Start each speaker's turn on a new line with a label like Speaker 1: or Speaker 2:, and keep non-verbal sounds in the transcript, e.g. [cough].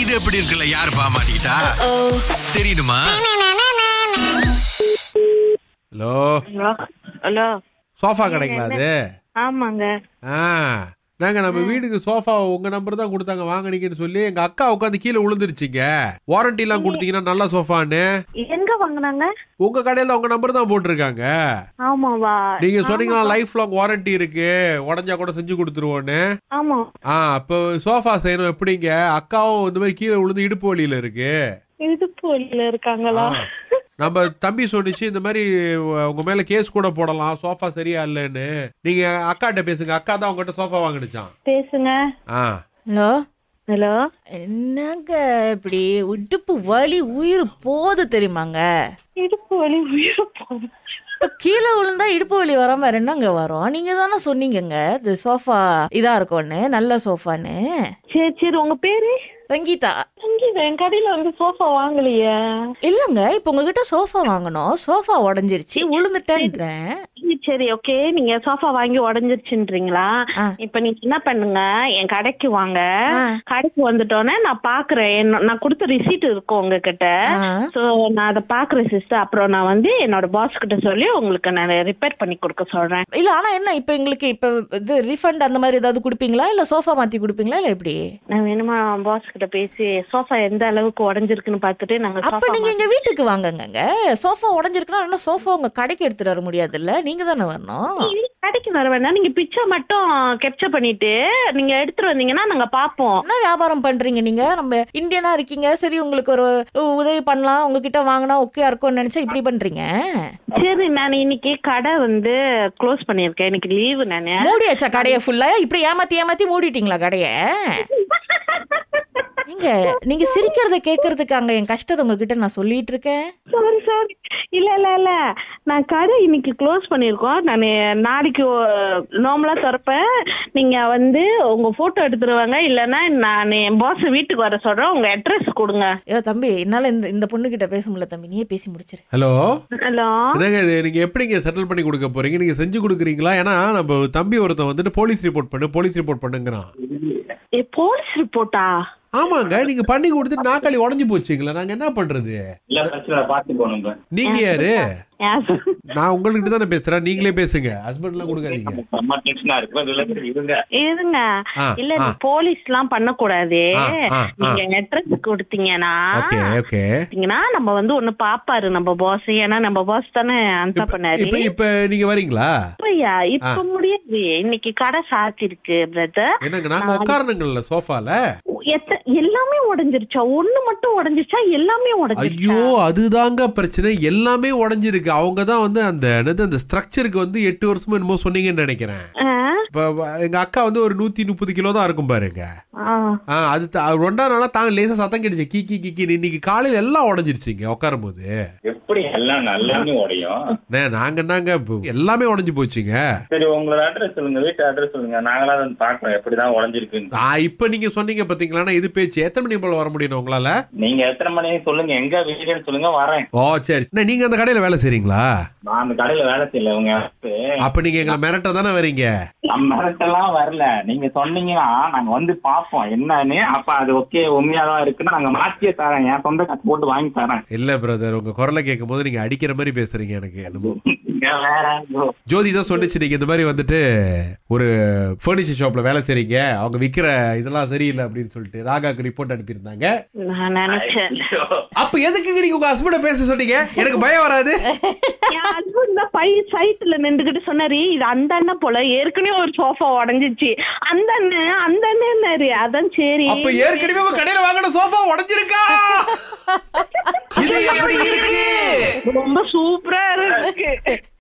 Speaker 1: இது எப்படி இருக்குல்ல யாரு பாமாட்டா தெரியுமா
Speaker 2: ஹலோ
Speaker 3: ஹலோ ஹலோ
Speaker 2: சோஃபா கடைங்களா அது
Speaker 3: ஆமாங்க
Speaker 2: ஆ நாங்க நம்ம வீட்டுக்கு சோஃபா உங்க நம்பர் தான் கொடுத்தாங்க வாங்கினீங்கன்னு சொல்லி எங்க அக்கா உட்காந்து கீழே விழுந்துருச்சுங்க வாரண்டி எல்லாம் கொடுத்தீங்கன்னா நல்ல சோஃபான்னு
Speaker 3: எங்க வாங்குனாங்க
Speaker 2: உங்க கடையில உங்க நம்பர் தான் போட்டிருக்காங்க
Speaker 3: ஆமாவா
Speaker 2: நீங்க சொன்னீங்களா லைஃப் லாங் வாரண்டி இருக்கு உடஞ்சா கூட செஞ்சு கொடுத்துருவோன்னு
Speaker 3: ஆமா
Speaker 2: ஆ அப்போ சோஃபா செய்யணும் எப்படிங்க அக்காவும் இந்த மாதிரி கீழே விழுந்து இடுப்பு வலியில இருக்கு
Speaker 3: இது போல இருக்காங்களா
Speaker 2: நம்ம தம்பி சொன்னிச்சு இந்த மாதிரி உ- உங்க மேல கேஸ் கூட போடலாம் சோஃபா சரியா இல்லைன்னு நீங்க அக்காட்ட பேசுங்க அக்கா தான் உங்ககிட்ட சோஃபா வாங்கினுச்சான்
Speaker 3: பேசுங்க
Speaker 2: ஆ
Speaker 4: ஹலோ
Speaker 3: ஹலோ
Speaker 4: என்னங்க இப்படி இடுப்பு வலி உயிர் போது தெரியுமாங்க
Speaker 3: இடுப்பு வலி உயிர் போகுது
Speaker 4: இப்ப கீழே விழுந்தா இடுப்பு வலி வராம வேற என்னங்க வரும் நீங்க தானே சொன்னீங்கங்க இது சோஃபா இதா இருக்கும்னு நல்ல சோஃபான்னு
Speaker 3: சரி சரி உங்க பேரு
Speaker 4: ரங்கீதா
Speaker 3: தங்கி என் கடையில வந்து சோஃபா வாங்கலையே
Speaker 4: இல்லங்க இப்ப உங்ககிட்ட சோஃபா வாங்கணும் சோஃபா உடஞ்சிருச்சு விழுந்துட்டேன்றேன்
Speaker 3: சரி, சரி ஓகே நீங்க சோஃபா வாங்கி உடஞ்சிருச்சுன்றீங்களா
Speaker 4: ஆ.
Speaker 3: இப்ப நீங்க என்ன பண்ணுங்க என் கடைக்கு வாங்க
Speaker 4: ஆ.
Speaker 3: கடைக்கு வந்துட்டோன்னே நான் பாக்குறேன் என்ன- நான் கொடுத்த ரிசீட் இருக்கும் உங்ககிட்ட
Speaker 4: ஆ.
Speaker 3: சோ நான் அதை பாக்குறேன் சிஸ்டர் அப்புறம் நான் வந்து என்னோட பாஸ் கிட்ட சொல்லி உங்களுக்கு நான் ரிப்பேர் பண்ணி கொடுக்க சொல்றேன்
Speaker 4: இல்ல ஆனா என்ன இப்ப எங்களுக்கு இப்ப இது ரீஃபண்ட் அந்த மாதிரி ஏதாவது கொடுப்பீங்களா இல்ல சோஃபா மாத்தி கொடுப்பீங்களா இல்ல எப்படி
Speaker 3: நான் வேணுமா பாஸ் கிட்ட பேசி சோஃபா எந்த அளவுக்கு உடஞ்சிருக்குன்னு பார்த்துட்டு நாங்க
Speaker 4: அப்ப
Speaker 3: சோஃபா
Speaker 4: நீங்க
Speaker 3: மாத்தி-
Speaker 4: எங்க வீட்டுக்கு வாங்குங்கங்க சோஃபா உடஞ்சிருக்குன்னா என்ன சோஃபா உங்க கடைக்கு எடுத்துட்டு வர முடியாதுல்ல நீங்க தானே வரணும்
Speaker 3: நீங்க கடைக்கு வர வேண்டாம் நீங்க பிக்சர் மட்டும் கேப்சர் பண்ணிட்டு நீங்க எடுத்துட்டு வந்தீங்கன்னா நாங்க பாப்போம்
Speaker 4: என்ன வியாபாரம் பண்றீங்க நீங்க நம்ம இந்தியனா இருக்கீங்க சரி உங்களுக்கு ஒரு உ- உதவி பண்ணலாம் உங்ககிட்ட வாங்கினா ஓகே இருக்கும்னு நினைச்சா இப்படி பண்றீங்க
Speaker 3: சரி நான் இன்னைக்கு கடை வந்து க்ளோஸ் பண்ணிருக்கேன் இன்னைக்கு லீவு நானு
Speaker 4: மூடியாச்சா கடைய ஃபுல்லா இப்படி ஏமாத்தி ஏமாத்தி மூடிட்டீங்களா கடைய நீங்க நீங்க சிரிக்கிறத கேக்குறதுக்கு அங்க என் கஷ்டத்தை உங்ககிட்ட நான் சொல்லிட்டு இருக்கேன்
Speaker 3: சாரி சாரி இல்ல இல்ல இல்ல நான் கடை இன்னைக்கு க்ளோஸ் பண்ணிருக்கோம் நான் நாளைக்கு நார்மலா திறப்பேன் நீங்க வந்து உங்க போட்டோ எடுத்துட்டு வாங்க இல்லைன்னா நான் என் பாஸ் வீட்டுக்கு வர சொல்றேன் உங்க அட்ரஸ் கொடுங்க
Speaker 4: ஐயோ தம்பி என்னால இந்த இந்த பொண்ணு கிட்ட பேச முடியல தம்பி நீயே பேசி முடிச்சிரு
Speaker 2: ஹலோ
Speaker 3: ஹலோ
Speaker 2: என்னங்க இது நீங்க எப்படிங்க செட்டில் பண்ணி கொடுக்க போறீங்க நீங்க செஞ்சு கொடுக்குறீங்களா ஏன்னா நம்ம தம்பி ஒருத்தன் வந்துட்டு போலீஸ் ரிப்போர்ட் பண்ணு போலீஸ் ரிப்போர்ட் பண்ணுங்கிறான்
Speaker 3: போலீஸ் ரிப்போர்ட்டா
Speaker 2: ஆமாங்க நீங்க பண்ணி கொடுத்துட்டு நாக்காளி உடஞ்சு போச்சுங்களா நாங்க என்ன பண்றது
Speaker 5: இல்ல பிரச்சனை இல்ல, பாத்து போனோம்
Speaker 2: நீங்க யாரு நான் உங்கள்கிட்ட தானே பேசுறேன் நீங்களே பேசுங்க ஹஸ்பண்ட் எல்லாம் கொடுக்காதீங்க
Speaker 5: செம்ம டென்ஷனா இருக்கு ரிலேட்டிவ் இருங்க
Speaker 3: இருங்க
Speaker 2: ஆ,
Speaker 3: இல்ல
Speaker 2: ஆ.
Speaker 3: போலீஸ் எல்லாம் பண்ணக்கூடாது
Speaker 2: ஆ, ஆ, ஆ.
Speaker 3: நீங்க அட்ரஸ் கொடுத்தீங்கன்னா
Speaker 2: ஓகே ஓகே
Speaker 3: பாத்தீங்கன்னா நம்ம வந்து ஒண்ணு பாப்பாரு நம்ம பாஸ் ஏன்னா நம்ம பாஸ் தானே ஆன்சர் பண்ணாரு
Speaker 2: இப்ப இப்ப நீங்க வரீங்களா
Speaker 3: இப்பயா இப்ப முடியாது இன்னைக்கு கடை சாத்திருக்கு பிரதர்
Speaker 2: என்னங்க நாங்க உட்காரணுங்கள்ல சோஃபால
Speaker 3: எத்த எல்லாமே உடைஞ்சிருச்சா ஒண்ணு மட்டும் உடைஞ்சிருச்சா எல்லாமே
Speaker 2: ஐயோ
Speaker 3: உடைஞ்சிருச்சா
Speaker 2: அதுதாங்க பிரச்சனை எல்லாமே உடஞ்சிருக்கு அவங்க தான் வந்து அந்த என்னது அந்த ஸ்ட்ரக்சருக்கு வந்து எட்டு வருஷமா என்னமோ சொன்னீங்கன்னு நினைக்கிறேன்
Speaker 3: ஆ,
Speaker 2: இப்ப வ- எங்க அக்கா வந்து ஒரு நூத்தி முப்பது கிலோ தான் இருக்கும் பாருங்க
Speaker 3: ஆ.
Speaker 2: ஆ, அது த- அது ரெண்டா நாளா தாங்க லேசா சத்தம் கிடைச்சு கி கி கி இன்னைக்கு காலையில எல்லாம் உடஞ்சிருச்சுங்க உட்காரும் போது
Speaker 5: எப்படி எல்லாம் நல்லாமே உடையும்
Speaker 2: நாங்க என்னங்க இப்ப எல்லாமே உடஞ்சு போச்சுங்க
Speaker 5: சரி உங்களோட அட்ரஸ் சொல்லுங்க வீட்டு அட்ரஸ் சொல்லுங்க நாங்களா வந்து பாக்குறோம் எப்படிதான் உடஞ்சிருக்குன்னு
Speaker 2: ஆ, இப்ப நீங்க சொன்னீங்க பாத்தீங்களா இது பேச்சு எத்தனை மணி போல வர முடியும் உங்களால
Speaker 5: நீங்க எத்தனை மணிக்கு சொல்லுங்க எங்க வீடுன்னு சொல்லுங்க வரேன்
Speaker 2: ஓ சரி அண்ணா, நீங்க அந்த கடையில வேலை செய்றீங்களா
Speaker 5: நான் அந்த கடையில வேலை செய்யல உங்க
Speaker 2: அப்ப நீங்க எங்களை மிரட்ட தானே வரீங்க
Speaker 5: நம்ம மிரட்டெல்லாம் வரல நீங்க சொன்னீங்கன்னா நாங்க வந்து பாப்போம் என்னன்னு அப்ப அது ஓகே உண்மையாதான் இருக்குன்னா நாங்க மாத்தியே தரேன் என் சொந்த காசு போட்டு வாங்கி தரேன் [laughs]
Speaker 2: இல்ல பிரதர் உங்க குரலை கேட்கும் போது நீங்க அடிக்கிற மாதிரி பேசுறீங்க எனக்கு என்னமோ
Speaker 5: நீங்க வேற bro.
Speaker 2: ஜோதி தான் சொன்னிச்சு நீங்க இந்த மாதிரி வந்துட்டு ஒரு ஃபர்னிச்சர் ஷாப்ல வேலை செய்றீங்க அவங்க விக்கிற இதெல்லாம் சரியில்லை அப்படின்னு சொல்லிட்டு ராகாக்கு ரிப்போர்ட் அனுப்பியிருந்தாங்க
Speaker 3: நான் நினைச்சேன்
Speaker 2: அப்ப எதுக்குங்க நீங்க உங்க ஹஸ்பண்ட பேச சொன்னீங்க எனக்கு பயம் வராது
Speaker 3: என் husband தான் பை சைட்ல நின்றுகிட்டு சொன்னாரு இது அந்த அண்ணன் போல ஏற்கனவே ஒரு சோஃபா உடைஞ்சிருச்சு அந்த அண்ணன் அந்த அண்ணன்னாரு அதான் சரி
Speaker 2: அப்ப ஏற்கனவே உங்க கடையில வாங்கின சோஃபா உடைஞ்சிருக்கா இது எப்படி இருக்கு
Speaker 3: ரொம்ப சூப்பரா இருக்கு